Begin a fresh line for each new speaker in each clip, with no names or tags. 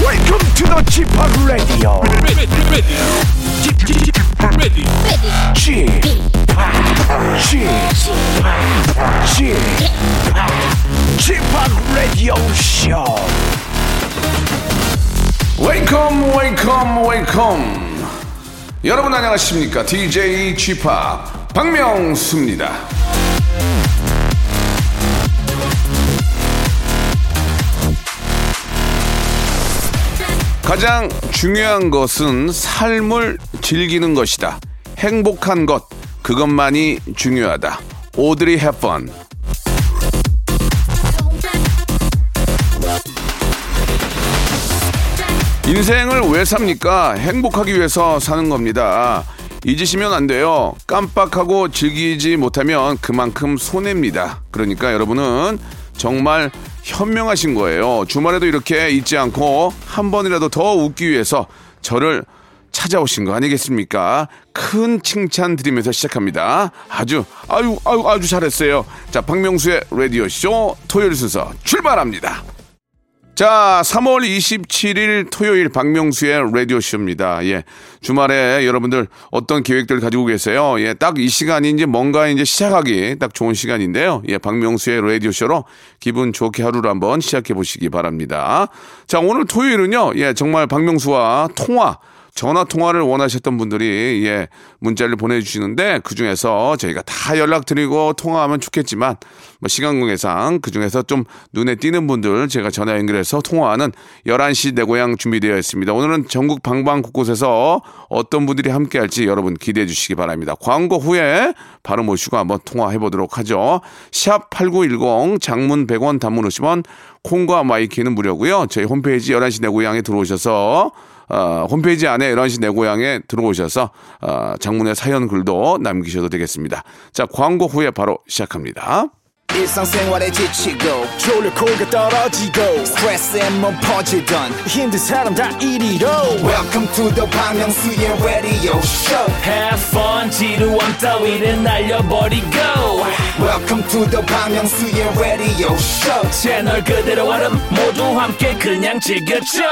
Welcome to the g p o p Radio.
ready, ready, ready,
g p o p G p o p Radio Show.
웨이컴 웨이컴 웨이컴 여러분 안녕하십니까 DJ g p o p 박명수입니다 가장 중요한 것은 삶을 즐기는 것이다 행복한 것 그것만이 중요하다 오드리 헵번 인생을 왜 삽니까? 행복하기 위해서 사는 겁니다. 잊으시면 안 돼요. 깜빡하고 즐기지 못하면 그만큼 손해입니다. 그러니까 여러분은 정말 현명하신 거예요. 주말에도 이렇게 잊지 않고 한 번이라도 더 웃기 위해서 저를 찾아오신 거 아니겠습니까? 큰 칭찬 드리면서 시작합니다. 아주 아유 아유 아주 잘했어요. 자, 박명수의 라디오 쇼 토요일 순서 출발합니다. 자, 3월 27일 토요일 박명수의 라디오쇼입니다. 예. 주말에 여러분들 어떤 계획들 가지고 계세요? 예. 딱 이 시간이 이제 뭔가 이제 시작하기 딱 좋은 시간인데요. 예. 박명수의 라디오쇼로 기분 좋게 하루를 한번 시작해 보시기 바랍니다. 자, 오늘 토요일은요. 예. 정말 박명수와 통화. 전화 통화를 원하셨던 분들이 예 문자를 보내주시는데 그 중에서 저희가 다 연락드리고 통화하면 좋겠지만 뭐 시간 관계상 그 중에서 좀 눈에 띄는 분들 제가 전화 연결해서 통화하는 11시 내 고향 준비되어 있습니다. 오늘은 전국 방방 곳곳에서 어떤 분들이 함께할지 여러분 기대해 주시기 바랍니다. 광고 후에 바로 모시고 한번 통화해 보도록 하죠. 샵 8910 장문 100원 단문 50원 콩과 마이키는 무료고요. 저희 홈페이지 11시 내 고향에 들어오셔서 어, 홈페이지 안에 11시 내 고향에 들어오셔서 어, 장문의 사연 글도 남기셔도 되겠습니다. 자, 광고 후에 바로 시작합니다.
일상생활에 지치고,
졸려 코가 떨어지고
스트레스에 몸 퍼지던,
힘든 사람 다 이리로.
welcome to the Bang Myung-soo's radio show
Have fun 지루함 따위를 날려버리고
welcome to the Bang Myung-soo's radio show
채널 그대로 얼음 모두 함께 그냥 즐겨줘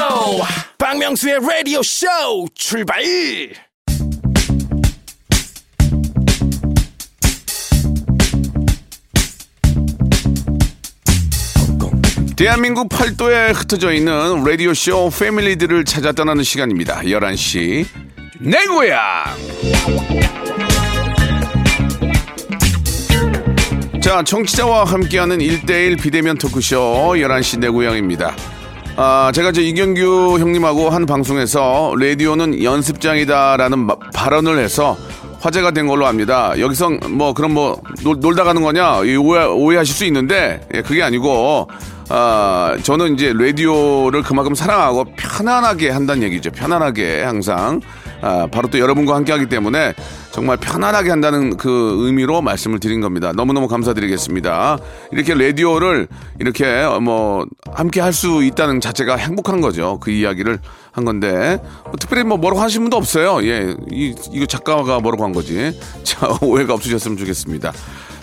박명수의 라디오 쇼 출발.
대한민국 팔도에 흩어져 있는 라디오쇼 패밀리들을 찾아 떠나는 시간입니다. 11시 내 고향 자, 청취자와 함께하는 1대1 비대면 토크쇼 11시 내 고향입니다. 아, 제가 저 이경규 형님하고 한 방송에서 라디오는 연습장이다라는 마- 발언을 해서 화제가 된 걸로 압니다. 여기서 뭐 그럼 뭐 놀, 놀다 가는 거냐 이 오해, 오해하실 수 있는데 예, 그게 아니고 아, 저는 이제 라디오를 그만큼 사랑하고 편안하게 한다는 얘기죠. 편안하게 항상 아, 바로 또 여러분과 함께하기 때문에 정말 편안하게 한다는 그 의미로 말씀을 드린 겁니다. 너무너무 감사드리겠습니다. 이렇게 라디오를 이렇게 어, 뭐 함께 할 수 있다는 자체가 행복한 거죠. 그 이야기를 한 건데 뭐 특별히 뭐 뭐라고 하신 분도 없어요. 예, 이, 이거 작가가 뭐라고 한 거지. 자 오해가 없으셨으면 좋겠습니다.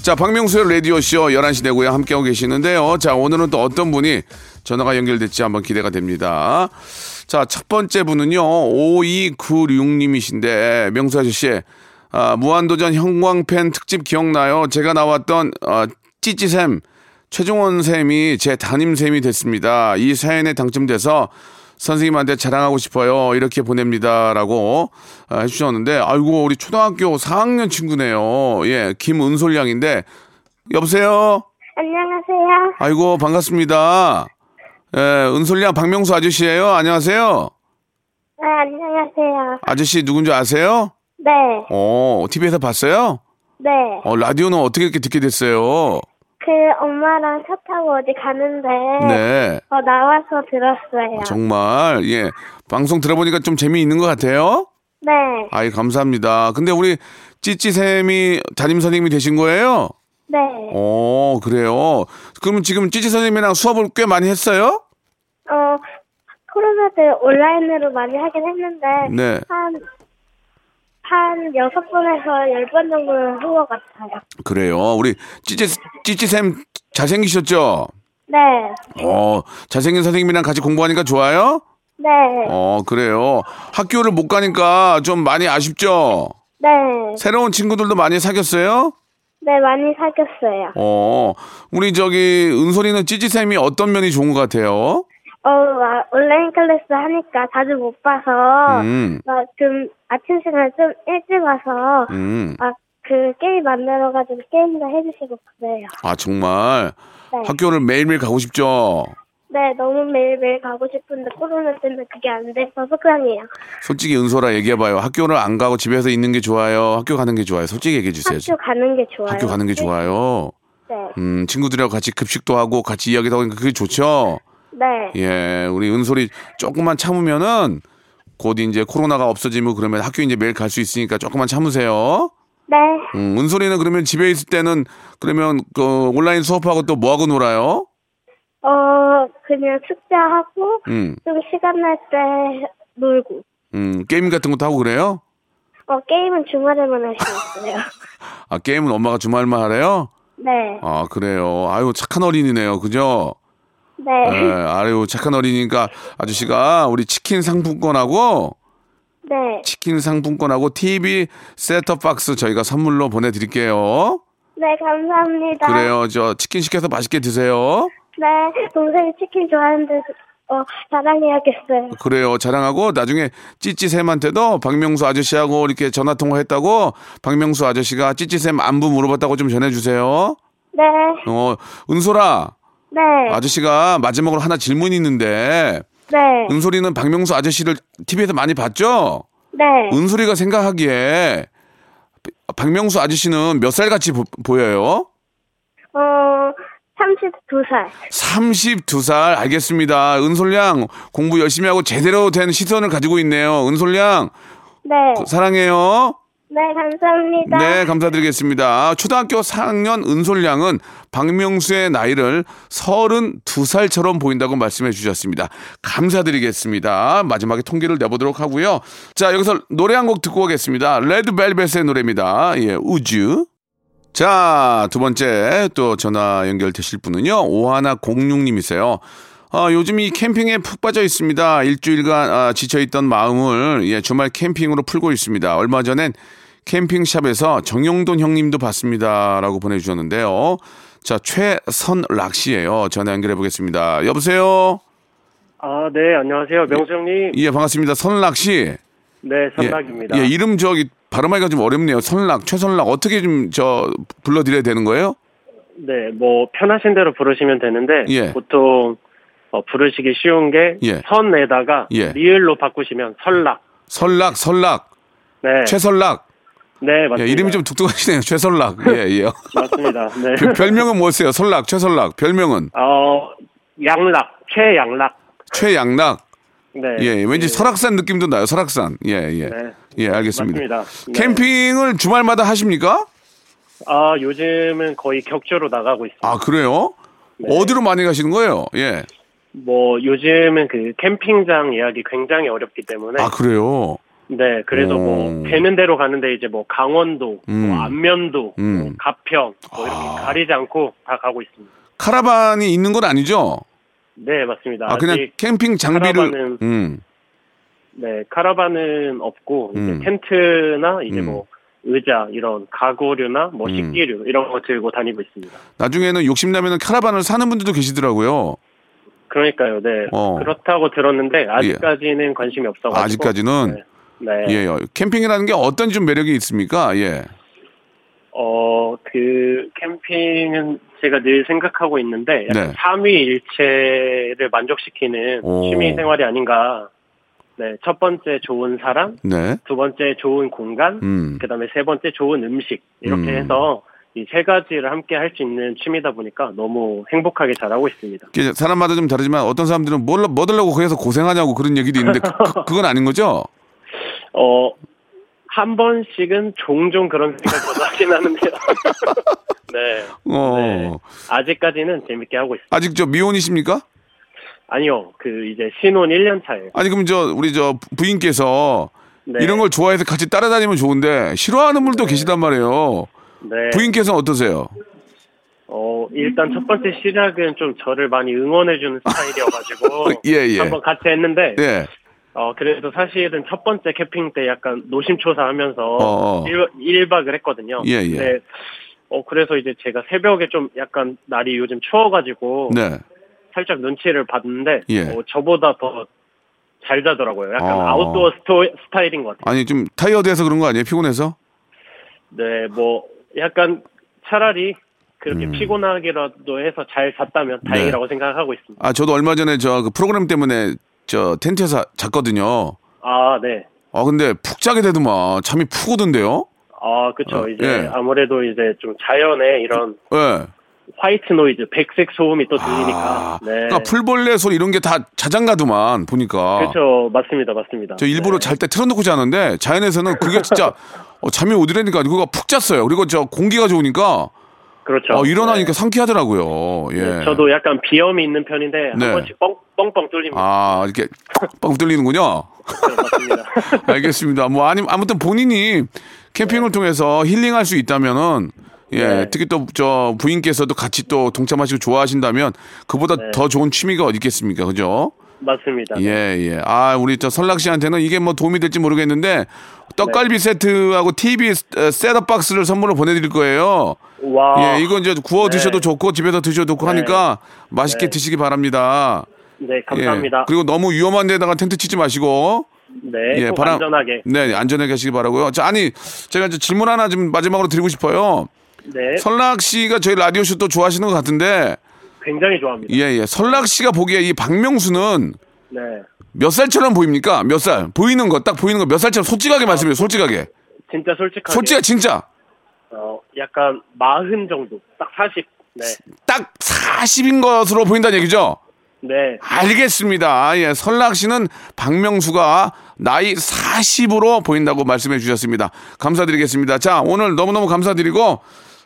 자, 박명수의 라디오쇼 11시 내고요. 함께하고 계시는데요. 자, 오늘은 또 어떤 분이 전화가 연결될지 한번 기대가 됩니다. 자, 첫 번째 분은요. 5296님이신데, 명수 아저씨, 아, 무한도전 형광펜 특집 기억나요? 제가 나왔던 어, 찌찌샘, 최종원 쌤이 제 담임쌤이 됐습니다. 이 사연에 당첨돼서 선생님한테 자랑하고 싶어요. 이렇게 보냅니다. 라고 아, 해주셨는데, 아이고, 우리 초등학교 4학년 친구네요. 예, 김은솔 양인데, 여보세요?
안녕하세요.
아이고, 반갑습니다. 예, 은솔 양 박명수 아저씨예요 안녕하세요?
네, 안녕하세요.
아저씨 누군지 아세요?
네,
어, TV에서 봤어요?
네.
어, 라디오는 어떻게 이렇게 듣게 됐어요?
그 엄마랑 차 타고 어디 가는데
네. 아,
어, 나와서 들었어요.
정말, 예. 방송 들어보니까 좀 재미있는 것 같아요?
네,
아이, 감사합니다. 근데 우리 찌찌쌤이 담임 선생님이 되신 거예요?
네.
어, 그래요. 그러면 지금 찌찌 선생님이랑 수업을 꽤 많이 했어요?
어, 코로나 때 온라인으로 많이 하긴 했는데
네.
한, 한 여섯 번에서 열 번 정도 는 한 것 같아요.
그래요. 우리 찌찌, 찌찌쌤 잘생기셨죠?
네,
어, 잘생긴 선생님이랑 같이 공부하니까 좋아요?
네.
어, 그래요. 학교를 못 가니까 좀 많이 아쉽죠?
네.
새로운 친구들도 많이 사귀었어요?
네, 많이 사귀었어요.
어, 우리 저기 은솔이는 찌찌쌤이 어떤 면이 좋은 것 같아요?
어, 아, 온라인 클래스 하니까 자주 못 봐서,
음.
막 좀 아침 시간에 좀 일찍 와서,
음.
막 그 게임 만들어가지고 게임도 해주시고 그래요.
아, 정말.
네.
학교를 매일매일 가고 싶죠?
네, 너무 매일매일 가고 싶은데 코로나 때문에 그게 안 돼서 속상해요.
솔직히 은솔아 얘기해봐요. 학교를 안 가고 집에서 있는 게 좋아요? 학교 가는 게 좋아요? 솔직히 얘기해주세요.
학교 가는 게 좋아요.
학교 가는 게 좋아요.
네.
음, 친구들이랑 같이 급식도 하고 같이 이야기도 하고 그게 좋죠?
네.
예, 우리 은솔이 조금만 참으면은 곧 이제 코로나가 없어지면 그러면 학교 이제 매일 갈 수 있으니까 조금만 참으세요.
네.
음, 은솔이는 그러면 집에 있을 때는 그러면 그 온라인 수업하고 또 뭐하고 놀아요?
어, 그냥 숙제하고,
음,
좀 시간 날 때 놀고.
음, 게임 같은 것도 하고 그래요?
어, 게임은 주말에만 할 수 있어요.
아, 게임은 엄마가 주말만 하래요?
네.
아, 그래요. 아유, 착한 어린이네요. 그죠? 예,
네.
아유, 착한 어린이니까 아저씨가 우리 치킨 상품권하고
네.
치킨 상품권하고 TV 셋톱 박스 저희가 선물로 보내드릴게요.
네, 감사합니다.
그래요. 저 치킨 시켜서 맛있게 드세요.
네, 동생이 치킨 좋아하는데, 어, 자랑해야겠어요.
그래요. 자랑하고 나중에 찌찌쌤한테도 박명수 아저씨하고 이렇게 전화 통화했다고 박명수 아저씨가 찌찌쌤 안부 물어봤다고 좀 전해주세요.
네,
어, 은솔아.
네,
아저씨가 마지막으로 하나 질문이 있는데
네,
은솔이는 박명수 아저씨를 TV에서 많이 봤죠?
네.
은솔이가 생각하기에 박명수 아저씨는 몇 살 같이 보, 보여요? 음.
어, 32살.
32살 알겠습니다. 은솔양 공부 열심히 하고 제대로 된 시선을 가지고 있네요. 은솔양
네,
사랑해요.
네, 감사합니다.
네, 감사드리겠습니다. 초등학교 4학년 은솔양은 박명수의 나이를 32살처럼 보인다고 말씀해 주셨습니다. 감사드리겠습니다. 마지막에 통계를 내보도록 하고요. 자, 여기서 노래 한 곡 듣고 오겠습니다. 레드벨벳의 노래입니다. 예, 우주. 자, 두 번째 또 전화 연결되실 분은요. 오하나 공룡님이세요. 아, 요즘 이 캠핑에 푹 빠져 있습니다. 일주일간 아, 지쳐있던 마음을 예, 주말 캠핑으로 풀고 있습니다. 얼마 전엔 캠핑샵에서 정용돈 형님도 봤습니다. 라고 보내주셨는데요. 자, 최선락 씨예요 전화 연결해 보겠습니다. 여보세요?
아, 네, 안녕하세요. 명수 형님.
예, 반갑습니다. 선락 씨.
네,
예,
선락입니다.
예, 이름 저기 발음하기가 좀 어렵네요. 선락, 최선락. 어떻게 좀 저 불러드려야 되는 거예요?
네, 뭐, 편하신 대로 부르시면 되는데,
예.
보통, 어, 부르시기 쉬운 게,
예.
선에다가,
예.
리을로 바꾸시면 설락.
선락, 선락,
네.
최선락.
네,
예,
맞습니다.
이름이 좀 독특하시네요. 최선락. 예, 예.
맞습니다. 네.
별- 별명은 뭐였어요? 선락, 최선락. 별명은
어, 양락, 최양락.
최양락.
네.
예, 왠지 설악산 느낌도 나요. 설악산. 예, 예.
네.
예, 알겠습니다.
맞습니다. 네.
캠핑을 주말마다 하십니까?
아, 요즘은 거의 격주로 나가고 있습니다.
아 그래요?
네.
어디로 많이 가시는 거예요? 예.
뭐, 요즘은 그 캠핑장 예약이 굉장히 어렵기 때문에,
아 그래요.
네, 그래서
오.
뭐 되는 대로 가는데 이제 뭐 강원도,
음.
뭐 안면도,
음.
뭐 가평 뭐 이렇게
아.
가리지 않고 다 가고 있습니다.
카라반이 있는 건 아니죠?
네, 맞습니다.
아 그냥
직
캠핑 장비를
카라반은-
음.
네 카라반은 없고 이제
음.
텐트나 이제
음.
뭐 의자 이런 가구류나 뭐
음.
식기류 이런 거 들고 다니고 있습니다.
나중에는 욕심나면은 카라반을 사는 분들도 계시더라고요.
그러니까요, 네
어.
그렇다고 들었는데 아직까지는 관심이 없어가지고
아직까지는?
네,
예. 예. 캠핑이라는 게 어떤 좀 매력이 있습니까? 예.
어, 어그 캠핑은 제가 늘 생각하고 있는데 약간
네.
삼위일체를 만족시키는
오.
취미 생활이 아닌가. 네, 첫 번째 좋은 사람,
네.
두 번째 좋은 공간,
음.
그다음에 세 번째 좋은 음식 이렇게
음.
해서 이 세 가지를 함께 할 수 있는 취미다 보니까 너무 행복하게 잘하고 있습니다.
이게 그 사람마다 좀 다르지만 어떤 사람들은 뭘, 뭐 들려고 거기서 고생하냐고 그런 얘기도 있는데 그, 그, 건 아닌 거죠?
어, 한 번씩은 종종 그런 생각도 하긴 하는데요. 네,
어.
네. 아직까지는 재밌게 하고 있습니다.
아직 저 미혼이십니까?
아니요, 그 이제 신혼 1년 차예요.
아니 그럼 저 우리 저 부인께서
네.
이런 걸 좋아해서 같이 따라다니면 좋은데 싫어하는 분도 계시단 말이에요.
네.
부인께서는 어떠세요?
어, 일단 첫 번째 시작은 좀 저를 많이 응원해주는 스타일이어가지고.
예, 예.
한번 같이 했는데.
예.
어, 그래도 사실은 첫 번째 캠핑 때 약간 노심초사
어,
하면서.
어.
일 1박을 했거든요.
예, 예.
근데 어, 그래서 이제 제가 새벽에 좀 약간 날이 요즘 추워가지고.
네.
살짝 눈치를 봤는데.
예.
어, 저보다 더 잘 자더라고요. 약간
어.
아웃도어 스토, 스타일인 것 같아요.
아니 좀 타이어드해서 그런 거 아니에요? 피곤해서?
네, 뭐 약간 차라리 그렇게
음.
피곤하기라도 해서 잘 잤다면
네.
다행이라고 생각하고 있습니다.
아 저도 얼마 전에 저 그 프로그램 때문에 저 텐트에서 잤거든요.
아, 네.
아 근데 푹 자게 되더만 잠이 푹 오던데요?
아, 그쵸.
어,
이제
예.
아무래도 이제 좀 자연의 이런
예.
화이트 노이즈, 백색 소음이 또 들리니까.
아,
네.
그러니까 풀벌레 소리 이런 게 다 자장가도만 보니까.
그쵸. 맞습니다. 맞습니다.
저 일부러
그렇죠. 네.
잘 때 틀어놓고 자는데 자연에서는 그게 진짜 어, 잠이 오더라니까 그거 푹 잤어요. 그리고 저 공기가 좋으니까
그렇죠.
어, 일어나니까
네.
상쾌하더라고요. 예.
네, 저도 약간 비염이 있는 편인데
네.
한 번씩 뻥, 뻥뻥 뚫립니다.
아 이렇게 뻥 뚫리는군요.
네, 맞습니다.
알겠습니다. 뭐 아니 아무튼 본인이 캠핑을 통해서 힐링할 수 있다면은 예
네.
특히 또 저 부인께서도 같이 또 동참하시고 좋아하신다면 그보다
네.
더 좋은 취미가 어디 있겠습니까, 그죠?
맞습니다.
예 예. 아 우리 저 설락 씨한테는 이게 뭐 도움이 될지 모르겠는데 떡갈비
네.
세트하고 TV 세- 셋업 박스를 선물로 보내드릴 거예요.
와.
예, 이건 이제 구워
아, 네.
드셔도 좋고 집에서 드셔도 좋고 하니까 맛있게 드시기 바랍니다.
네,
예.
감사합니다.
그리고 너무 위험한 데다가 텐트 치지 마시고 예,
네, 꼭 안전하게.
네, 안전하게 하시기 바라고요. 자, 아니 제가 이제 질문 하나 좀 마지막으로 드리고 싶어요.
네,
설락 씨가 저희 라디오 쇼도 좋아하시는 것 같은데,
굉장히 좋아합니다.
예, 예. 설락 씨가 보기에 이 박명수는
네.
몇 살처럼 보입니까? 몇 살? 보이는 거, 딱 보이는 거 몇 살처럼 솔직하게 말씀해요. 솔직하게.
진짜 솔직하게
솔직하 진짜.
어, 약간 마흔 정도 딱 40. 네.
딱 40인 것으로 보인다는 얘기죠?
네.
알겠습니다. 아, 예, 설락 씨는 박명수가 나이 40으로 보인다고 말씀해 주셨습니다. 감사드리겠습니다. 자, 오늘 너무너무 감사드리고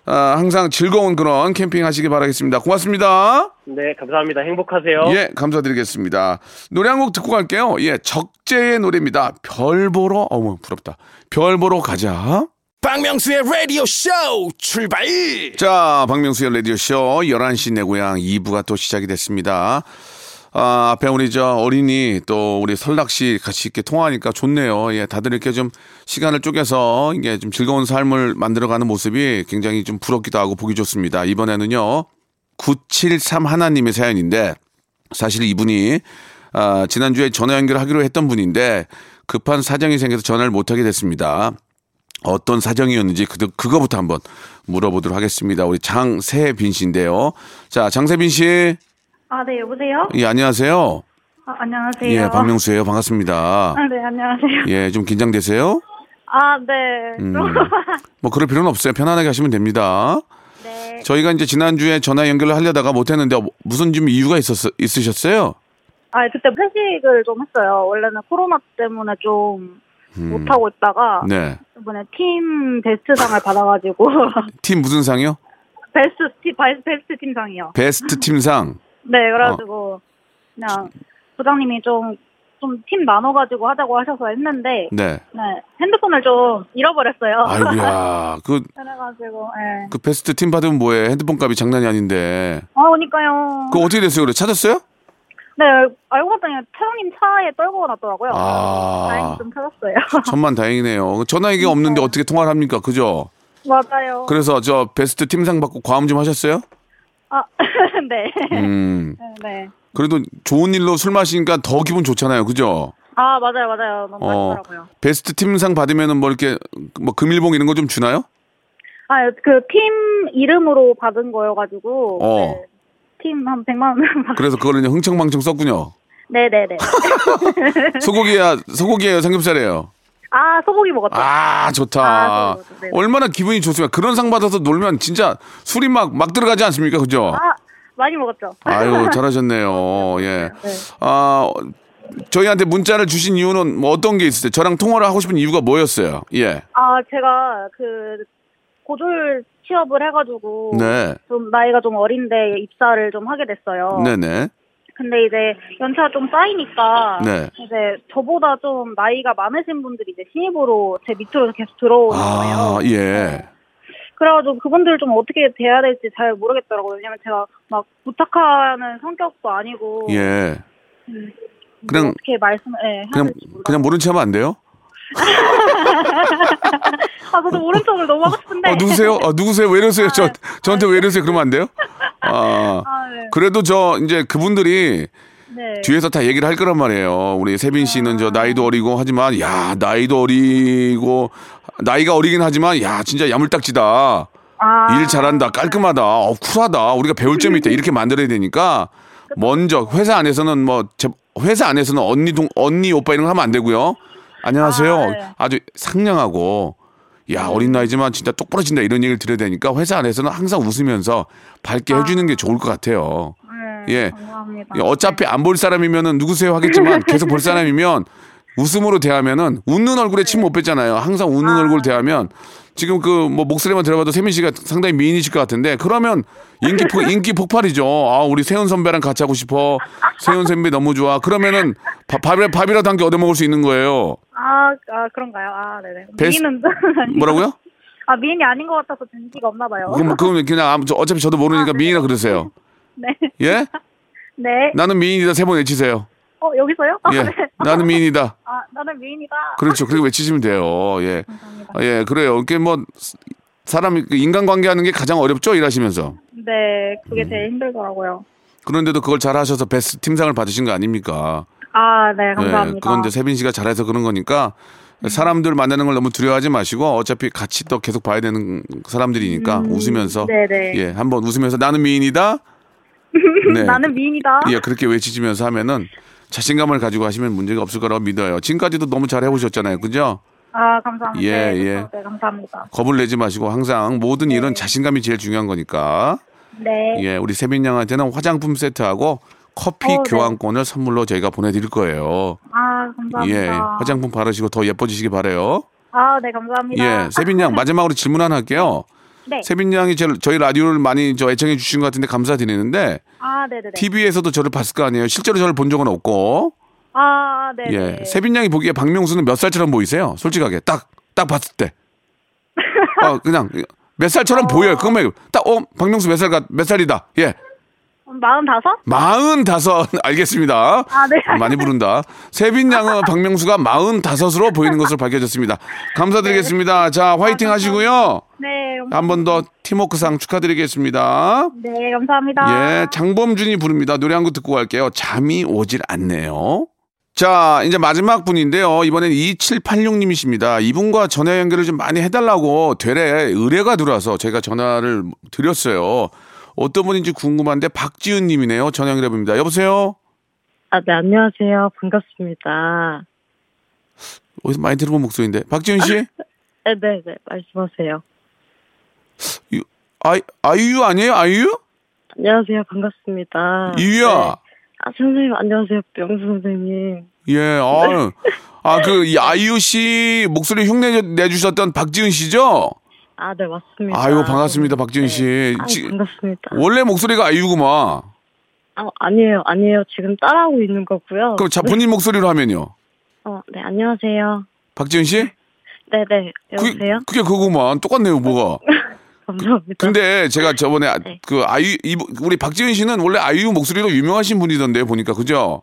아, 항상 즐거운 그런 캠핑 하시기 바라겠습니다. 고맙습니다.
네, 감사합니다. 행복하세요.
예, 감사드리겠습니다. 노래 한 곡 듣고 갈게요. 예, 적재의 노래입니다. 별 보러 어머 부럽다. 별 보러 가자.
박명수의 라디오 쇼 출발!
자, 박명수의 라디오쇼 11시 내 고향 2부가 또 시작이 됐습니다. 아, 앞에 우리 저 어린이 또 우리 설락 씨 같이 이렇게 통화하니까 좋네요. 예, 다들 이렇게 좀 시간을 쪼개서 이게 좀 즐거운 삶을 만들어가는 모습이 굉장히 좀 부럽기도 하고 보기 좋습니다. 이번에는요, 973 하나님의 사연인데, 사실 이분이 아, 지난주에 전화 연결하기로 했던 분인데 급한 사정이 생겨서 전화를 못하게 됐습니다. 어떤 사정이었는지 그, 그거부터 한번 물어보도록 하겠습니다. 우리 장세빈 씨인데요. 자, 장세빈 씨.
아, 네, 여보세요?
예, 안녕하세요.
아, 안녕하세요.
예, 박명수예요. 반갑습니다.
아, 네, 안녕하세요.
예, 좀 긴장되세요?
아, 네.
음. 뭐 그럴 필요는 없어요. 편안하게 하시면 됩니다.
네.
저희가 이제 지난주에 전화 연결을 하려다가 못 했는데 무슨 좀 이유가 있었 있으셨어요?
아, 그때 회식을 좀 했어요. 원래는 코로나 때문에 좀 못하고 있다가
음. 네.
이번에 팀 베스트상을 받아가지고
팀 무슨 상이요?
베스트 팀 베- 베스트 팀상이요.
베스트 팀상.
네, 그래가지고 그냥 부장님이 좀 좀 팀 나눠가지고 하자고 하셔서 했는데
네.
네, 핸드폰을 좀 잃어버렸어요.
아이고야. 그
그래가지고 예.
그 베스트 팀 받으면 뭐해? 핸드폰 값이 장난이 아닌데.
아, 그러니까요.
그거 어떻게 됐어요? 그래 찾았어요?
네, 알고 봤더니 태영님 차에 떨고 놨더라고요.
아.
다행히 좀 찾았어요.
천만 다행이네요. 전화기가 없는데 어떻게 통화를 합니까? 그죠?
맞아요.
그래서 저 베스트 팀상 받고 과음 좀 하셨어요?
아, 네.
음.
네.
그래도 좋은 일로 술 마시니까 더 기분 좋잖아요. 그죠?
아, 맞아요, 맞아요. 너무
어.
맛있더라고요.
베스트 팀상 받으면은 뭐 이렇게 뭐 금일봉 이런 거 좀 주나요?
아, 그 팀 이름으로 받은 거여가지고.
어.
네. 팀한 100만 원 받...
그래서 그걸 이제 흥청망청 썼군요.
네네네.
소고기야, 소고기예요, 삼겹살이에요.
아, 소고기 먹었다.
아, 좋다.
아, 네, 네, 네.
얼마나 기분이 좋습니까? 그런 상 받아서 놀면 진짜 술이 막, 막 들어가지 않습니까? 그죠?
아, 많이 먹었죠.
아유, 잘하셨네요. 예.
네.
아, 저희한테 문자를 주신 이유는 뭐 어떤 게 있을 때 저랑 통화를 하고 싶은 이유가 뭐였어요? 예.
아, 제가 그 고졸 취업을 해가지고.
네.
좀 나이가 좀 어린데 입사를 좀 하게 됐어요.
네네.
근데 이제 연차 좀 쌓이니까
네.
이제 저보다 좀뭐 나이가 많으신 분들이 이제 신입으로 제 밑으로 계속 들어오는 거예요.
아, 예.
그래가지고 그분들 좀 어떻게 대해야 될지 잘 모르겠더라고요. 왜냐면 제가 막 부탁하는 성격도 아니고
예.
뭐
그냥-
어떻게 말씀을 예, 해야
그냥
될지 몰라.
그냥 모른 체 하면 안 돼요?
아 저도 오른쪽을 너무 하고 싶은데
어 누구세요? 어 누구세요? 왜 이러세요? 저 저한테 왜 이러세요? 그러면 안 돼요? 아.
네. 아, 네.
그래도 저 이제 그분들이
네. 아.
뒤에서 다 얘기를 할 거란 말이에요. 우리 세빈 씨는 저 나이도 어리고 하지만 야 나이도 어리고 나이가 어리긴 하지만 야 진짜 야물딱지다.
아,
일 잘한다, 깔끔하다, 어, 쿨하다. 우리가 배울 점이 있다. 이렇게 만들어야 되니까 먼저 회사 안에서는 뭐 제- 회사 안에서는 언니 동 언니 오빠 이런 거 하면 안 되고요. 안녕하세요.
아, 음. 네.
아주 상냥하고 야 어린 나이지만 진짜 똑부러진다 이런 얘기를 드려야 되니까 회사 안에서는 항상 웃으면서
아.
밝게 해주는 게 좋을 것 같아요.
네,
예.
감사합니다.
예, 어차피 안 볼 사람이면은 누구세요 하겠지만 계속 볼 사람이면 웃음으로 대하면은 웃는 얼굴에 침 못 뱉잖아요. 항상 웃는 얼굴 대하면 지금 그 뭐 목소리만 들어봐도 세민 씨가 상당히 미인이실 것 같은데 그러면 인기 폭, 인기 폭발이죠. 아 우리 세훈 선배랑 같이 하고 싶어. 세훈 선배 너무 좋아. 그러면은 밥 밥이라 밥이라도 한 끼 얻어 먹을 수 있는 거예요.
아, 아 그런가요? 아 네네.
베스-
미인은 아니-
뭐라고요?
아 미인이 아닌 것 같아서 등기가 없나 봐요.
그럼 그건 그냥 아무- 저- 어차피 저도 모르니까 미인이라 그러세요.
네.
예?
네.
나는 미인이다 세 번 외치세요.
어 여기서요? 아,
예.
네.
나는 미인이다.
아 나는 미인이다.
그렇죠. 그렇게 외치시면 돼요. 예. 아, 예, 그래요. 이게 뭐 사람이 그 인간관계 하는 게 가장 어렵죠 일하시면서.
네 그게 제일
음.
힘들더라고요.
그런데도 그걸 잘하셔서 베스트 팀상을 받으신 거 아닙니까?
아, 네,
예,
감사합니다. 네.
그건 이제 세빈 씨가 잘해서 그런 거니까 사람들 만나는 걸 너무 두려워하지 마시고 어차피 같이 또 계속 봐야 되는 사람들이니까 웃으면서
음, 네네.
예 한번 웃으면서 나는 미인이다. 네.
나는 미인이다.
예 그렇게 외치시면서 하면은 자신감을 가지고 하시면 문제가 없을 거라고 믿어요. 지금까지도 너무 잘 해오셨잖아요, 그죠?
아, 감사합니다.
예,
네,
예.
네, 감사합니다.
겁을 내지 마시고 항상 모든 일은 자신감이 제일 중요한 거니까.
네.
예, 우리 세빈 양한테는 화장품 세트하고 커피
어, 네.
교환권을 선물로 저희가 보내드릴 거예요.
아, 감사합니다.
예, 화장품 바르시고 더 예뻐지시기 바래요.
아, 네, 감사합니다.
예, 세빈 양 마지막으로 질문 하나 할게요.
네.
세빈 양이 제- 저희 라디오를 많이 저 애청해 주신 것 같은데 감사드리는데
아, 네네네.
TV에서도 저를 봤을 거 아니에요. 실제로 저를 본 적은 없고.
아, 네.
예, 세빈 양이 보기에 박명수는 몇 살처럼 보이세요? 솔직하게 딱 딱 봤을 때. 어, 그냥 몇 살처럼 보여요. 그러면 딱어 박명수 몇 살 같 몇 살이다. 예.
마흔다섯?
마흔다섯 알겠습니다. 어,
아, 네.
많이 부른다. 세빈 양은 박명수가 마흔다섯으로 보이는 것을 밝혀졌습니다. 네. 감사드리겠습니다. 자 화이팅 하시고요.
네.
한 번 더 팀워크상 축하드리겠습니다.
네, 감사합니다.
예, 장범준이 부릅니다. 노래 한 곡 듣고 갈게요. 잠이 오질 않네요. 자, 이제 마지막 분인데요. 이번엔 2786님이십니다. 이분과 전화 연결을 좀 많이 해달라고 되레 의뢰가 들어와서 제가 전화를 드렸어요. 어떤 분인지 궁금한데 박지은 님이네요. 전화 연결해봅니다. 여보세요?
아, 네, 안녕하세요. 반갑습니다.
어디서 많이 들어본 목소리인데. 박지은 씨?
네, 네, 네, 말씀하세요.
이- 아이, 아이유 아니에요? 아이유?
안녕하세요. 반갑습니다.
이유야.
아, 선생님, 안녕하세요. 명수 선생님. 네.
예, 아유. 아, 그, 이 아이유 씨 목소리 흉내 내주셨던 박지은 씨죠?
아, 네, 맞습니다.
아유 반갑습니다 박지은 씨.
아,
지-
반갑습니다.
원래 목소리가 아이유구만.
아, 아니에요, 아니에요. 지금 따라하고 있는 거고요.
그럼 자 본인 목소리로 하면요.
어, 네, 안녕하세요.
박지은 씨?
네, 네,
그게,
여보세요?
그게 그거구만. 똑같네요 뭐가. 그-
감사합니다.
근데 제가 저번에 아-
네.
그 아이유 이- 우리 박지은 씨는 원래 아이유 목소리로 유명하신 분이던데 보니까 그죠?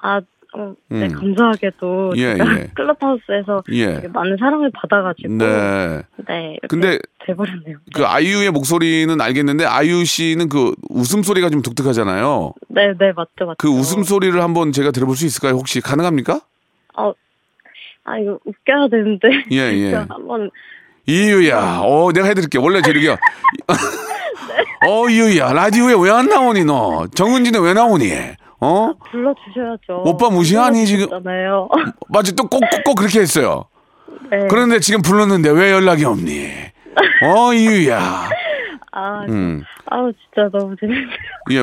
아, 어, 네,
음.
감사하게도
예,
제가
예.
클럽하우스에서
예.
되게 많은 사랑을 받아가지고
네.
네, 이렇게
근데
돼버렸네요.
그 아이유의 목소리는 알겠는데 아이유 씨는 그 웃음 소리가 좀 독특하잖아요.
네, 네, 맞죠, 맞죠.
그 웃음 소리를 한번 제가 들어볼 수 있을까요? 혹시 가능합니까?
어, 아 이거 웃겨야 되는데.
예, 예.
진짜 한번
이유야, 어, 내가 해드릴게. 원래 저리가. 어, 이유야, 라디오에 왜 안 나오니, 너? 정은지는 왜 나오니? 어?
불러주셔야죠. 네.
오빠 무시하니, 지금?
잖아요
맞지, 또 꼭, 꼭, 꼭 그렇게 했어요.
네.
그런데 지금 불렀는데 왜 연락이 없니? 어, 이유야.
아,
음.
아우 진짜 너무 재밌네요.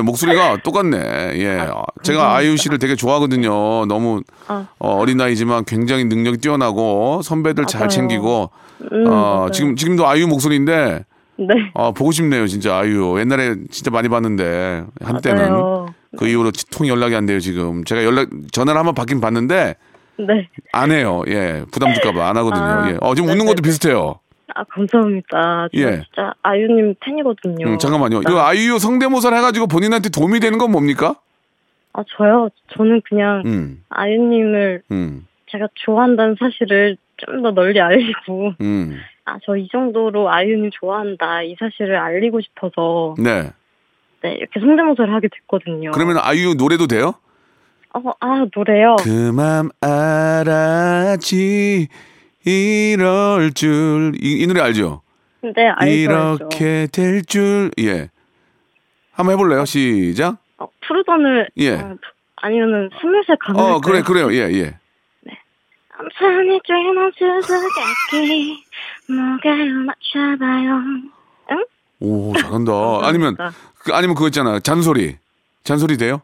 예, 목소리가 똑같네. 예.
음.
제가 아이유 씨를 되게 좋아하거든요. 너무
아.
어, 어린 나이지만 굉장히 능력이 뛰어나고 선배들 잘
맞아요.
챙기고
음,
어,
맞아요.
지금, 지금도 아이유 목소리인데
네.
아, 보고 싶네요, 진짜 아이유. 옛날에 진짜 많이 봤는데 한때는
맞아요.
그 이후로 통 연락이 안 돼요, 지금. 제가 연락 전화를 한번 받긴 봤는데
네.
안 해요. 예. 부담 줄까 봐 안 하거든요.
아,
예. 어, 지금 웃는
네,
것도 비슷해요.
아, 감사합니다. 저
예.
진짜 아유님 팬이거든요.
음, 잠깐만요. 이 아이유 성대모사를 해가지고 본인한테 도움이 되는 건 뭡니까?
아, 저요? 저는 그냥
음,
아유님을
음,
제가 좋아한다는 사실을 좀 더 널리 알리고,
음.
아, 저 이 정도로 아유님 좋아한다. 이 사실을 알리고 싶어서,
네.
네, 이렇게 성대모사를 하게 됐거든요.
그러면 아이유 노래도 돼요?
어, 아, 노래요?
그맘 알았지 이럴 줄이 이 노래 알죠?
네, 알죠. 알죠.
이렇게 될 줄 예. 한번 해볼래요? 시작.
어, 푸르던을.
예.
어, 푸- 아니면은 스물살 가면.
어 그래 그래요 예 예.
천천히 뛰는 수수께끼 뭐가요 맞춰봐요 응?
오 잘한다. 아니면
감사합니다.
그, 아니면 그거 있잖아 잔소리 잔소리 돼요?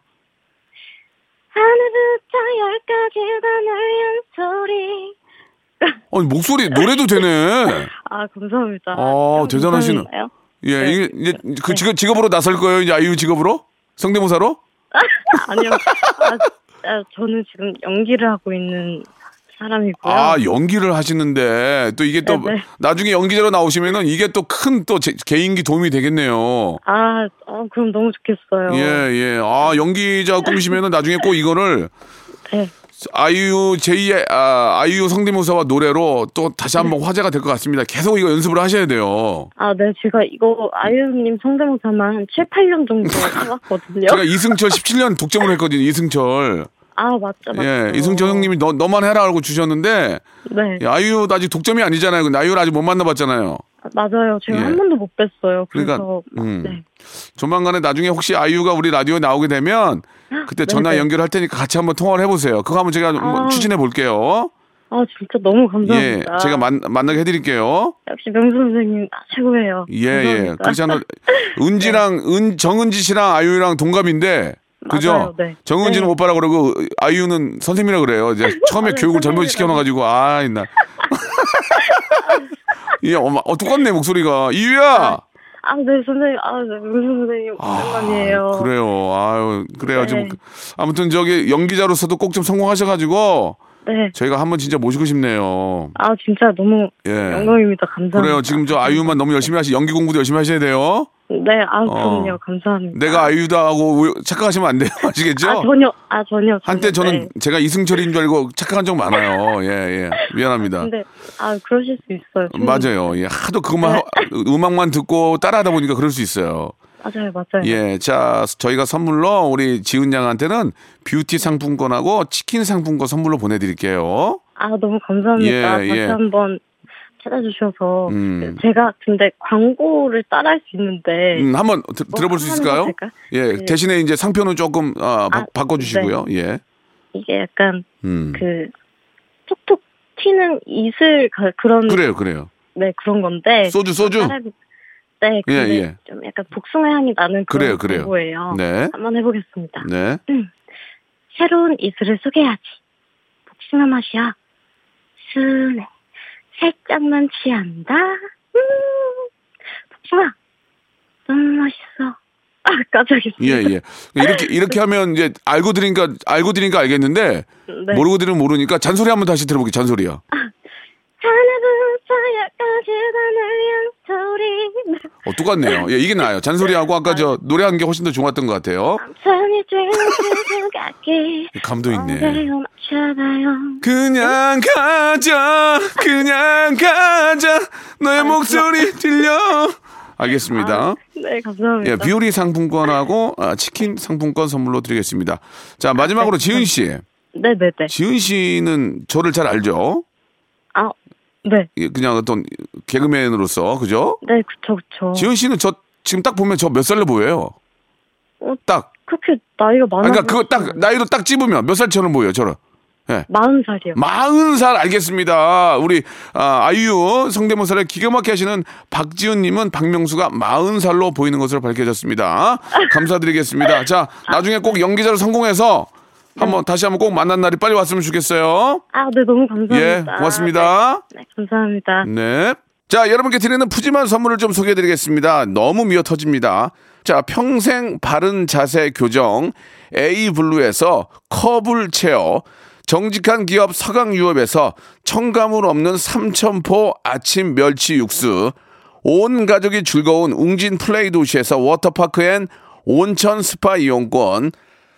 하늘부터 열까지 다널 위한 소리
아니 목소리 노래도 되네.
아 감사합니다
아,
형,
대단하시네.
괜찮으신가요?
예 이게 이제 그 직업 직업으로 나설 거예요 이제 아이유 직업으로 성대모사로?
아니요 아, 아, 저는 지금 연기를 하고 있는 사람이고요
아 연기를 하시는데 또 이게 또
네네.
나중에 연기자로 나오시면은 이게 또 큰 또 개인기 도움이 되겠네요.
아, 어, 그럼 너무 좋겠어요
예 예. 아 연기자 꿈이시면은 나중에 꼭 이거를
네.
아이유 제2의 아, 아이유 성대모사와 노래로 또 다시 한번
네.
화제가 될 것 같습니다. 계속 이거 연습을 하셔야 돼요.
아, 네, 제가 이거 아이유님 성대모사만 한 7, 8년 정도 해봤거든요.
제가 이승철 17년 독점을 했거든요. 이승철.
아, 맞죠, 맞죠.
예, 이승철 형님이 너 너만 해라 하고 주셨는데
네,
예, 아이유 아직 독점이 아니잖아요. 근데 아이유를 아직 못 만나봤잖아요.
아, 맞아요. 제가
예.
한 번도 못 뵀어요.
그러니까,
그래서,
음.
네.
조만간에 나중에 혹시 아이유가 우리 라디오에 나오게 되면 그때 전화
네네.
연결할 테니까 같이 한번 통화를 해보세요. 그거 한번 제가
아.
추진해 볼게요.
아, 진짜 너무 감사합니다.
예, 제가 만, 만나게 해드릴게요.
역시 명수 선생님 아, 최고예요.
예, 예.
감사합니다. 네.
그렇지 않아. 은지랑, 은, 정은지 씨랑 아이유랑 동갑인데, 그죠?
맞아요, 네.
정은지는
네.
오빠라 그러고, 아이유는 선생님이라 그래요. 이제 처음에
맞아요,
교육을 잘못
선생님이라고.
시켜놔가지고, 아, 나. 예, 어마, 어, 똑같네, 목소리가. 이유야!
아, 네, 선생님. 아, 네, 명수 선생님 오랜만이에요.
아, 그래요. 아유, 그래요.
네.
좀 아무튼 저기 연기자로서도 꼭 좀 성공하셔가지고
네.
저희가 한번 진짜 모시고 싶네요.
아, 진짜 너무
예.
영광입니다. 감사합니다.
그래요. 지금 저 아이유만 너무 열심히 하시, 연기 공부도 열심히 하셔야 돼요.
네, 아, 그럼요.
어.
감사합니다.
내가 아이유다 하고 우여- 착각하시면 안 돼요. 아시겠죠?
아, 전혀, 아, 전혀. 전혀,
한때 저는
네.
제가 이승철인 줄 알고 착각한 적 많아요. 예, 예. 미안합니다.
근데, 아, 그러실 수 있어요. 충분히.
맞아요. 예, 하도
네.
그만 음악만 듣고 따라하다 보니까 그럴 수 있어요.
맞아요, 맞아요.
예, 자, 저희가 선물로 우리 지은 양한테는 뷰티 상품권하고 치킨 상품권 선물로 보내드릴게요.
아, 너무 감사합니다.
예,
다시
예.
한번 찾아주셔서.
음.
제가 근데 광고를 따라할 수 있는데.
음, 한번 드-
뭐
들어볼 수
하는
있을까요?
거 될까요?
예,
네.
대신에 이제 상표는 조금 아, 바,
아,
꿔주시고요 예.
이게 약간
음.
그 톡톡 튀는 이슬 가- 그런
그래요, 그래요.
네뭐 그런 건데
소주, 소주.
사람이- 네 근데
예, 예.
좀 약간 복숭아 향이 나는
그래요,
그런
그래요.
광고예요.
네.
한번 해보겠습니다.
네.
새로운 이슬을 소개하지. 복숭아 맛이야. 순해. 살짝만 취한다. 음. 복숭아 너무 맛있어. 아 깜짝이야.
예, 예. 이렇게, 이렇게 하면 이제 알고 들으니까, 알고 들으니까 알겠는데,
네.
모르고 들으면 모르니까 잔소리 한번 다시 들어볼게요, 잔소리야.
하늘부터 여기까지 다 날려 소리.
어, 똑같네요. 예, 이게 나아요. 잔소리하고
네.
아까 저 노래한 게 훨씬 더 좋았던 것 같아요. 예,
천이 생각해
감도 있네.
어디로 맞춰봐요
그냥 가자, 그냥 가자, 너의 목소리 들려. 알겠습니다.
네 감사합니다
예, 뷰리 상품권하고 아, 치킨 상품권 선물로 드리겠습니다. 자, 마지막으로 지은 씨.
네네네
지은 씨는 저를 잘 알죠?
아네
예, 그냥 어떤 개그맨으로서, 그죠?
네 그쵸 그쵸
지은 씨는 저 지금 딱 보면 저 몇 살로 보여요?
어,
딱.
그렇게 나이가
아,
많아
그러니까 그거 딱, 나이로 딱 집으면 몇 살처럼 보여요, 저를?
마흔 살이요
마흔 살 알겠습니다. 우리 아, 아이유 성대모사를 기가 막히게 하시는 박지훈님은 박명수가 마흔 살로 보이는 것으로 밝혀졌습니다. 감사드리겠습니다. 자 나중에 꼭 연기자로 성공해서
네.
한번 다시 한번 꼭 만난 날이 빨리 왔으면 좋겠어요.
아 네 너무 감사합니다
예, 고맙습니다.
네, 네, 감사합니다
네. 자, 여러분께 드리는 푸짐한 선물을 좀 소개해 드리겠습니다. 너무 미어 터집니다. 자, 평생 바른 자세 교정, A 블루에서 커블 체어, 정직한 기업 서강유업에서 청가물 없는 삼천포 아침 멸치 육수, 온 가족이 즐거운 웅진 플레이 도시에서 워터파크 앤 온천 스파 이용권,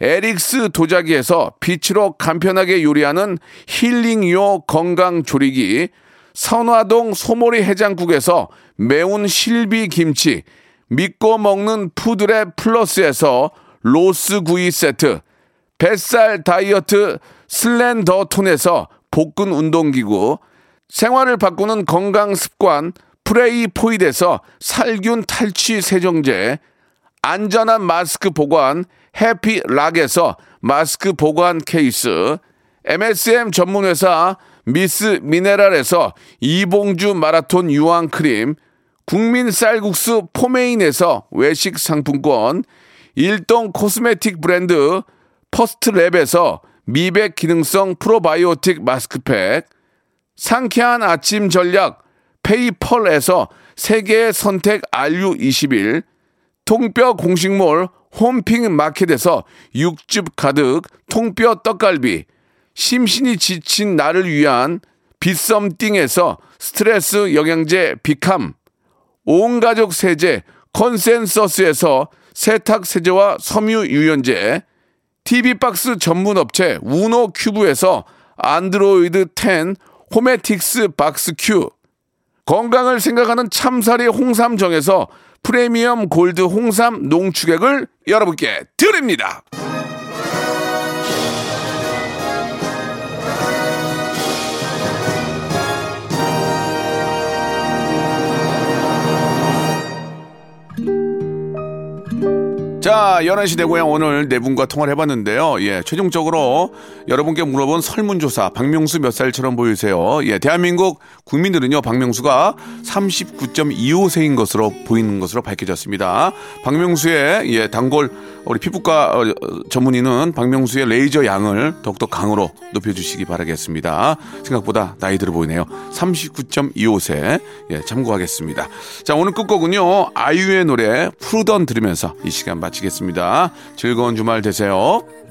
에릭스 도자기에서 빛으로 간편하게 요리하는 힐링요 건강조리기, 선화동 소모리 해장국에서 매운 실비 김치, 믿고 먹는 푸드랩 플러스에서 로스 구이 세트, 뱃살 다이어트 슬렌더 톤에서 복근 운동기구, 생활을 바꾸는 건강 습관 프레이 포이드에서 살균 탈취 세정제, 안전한 마스크 보관 해피락에서 마스크 보관 케이스, MSM 전문회사 미스 미네랄에서 이봉주 마라톤 유황 크림, 국민 쌀국수 포메인에서 외식 상품권, 일동 코스메틱 브랜드 퍼스트랩에서 미백 기능성 프로바이오틱 마스크팩, 상쾌한 아침 전략 페이펄에서 세계의 선택 RU21 통뼈 공식몰 홈핑 마켓에서 육즙 가득 통뼈 떡갈비 심신이 지친 나를 위한 빗썸띵에서 스트레스 영양제 비캄 온 가족 세제 컨센서스에서 세탁 세제와 섬유 유연제 TV박스 전문 업체 우노 큐브에서 안드로이드 10 호메틱스 박스 큐 건강을 생각하는 참사리 홍삼정에서 프리미엄 골드 홍삼 농축액을 여러분께 드립니다. 자, 11시 대고양 오늘 네 분과 통화를 해봤는데요. 예, 최종적으로 여러분께 물어본 설문조사, 박명수 몇 살처럼 보이세요? 예, 대한민국 국민들은요, 박명수가 39.25세인 것으로 보이는 것으로 밝혀졌습니다. 박명수의, 예, 단골, 우리 피부과 어, 전문의는 박명수의 레이저 양을 더욱더 강으로 높여주시기 바라겠습니다. 생각보다 나이 들어 보이네요. 39.25세. 예, 참고하겠습니다. 자, 오늘 끝곡은요, 아이유의 노래, 푸르던 들으면서 이 시간 마치겠습니다. 즐거운 주말 되세요.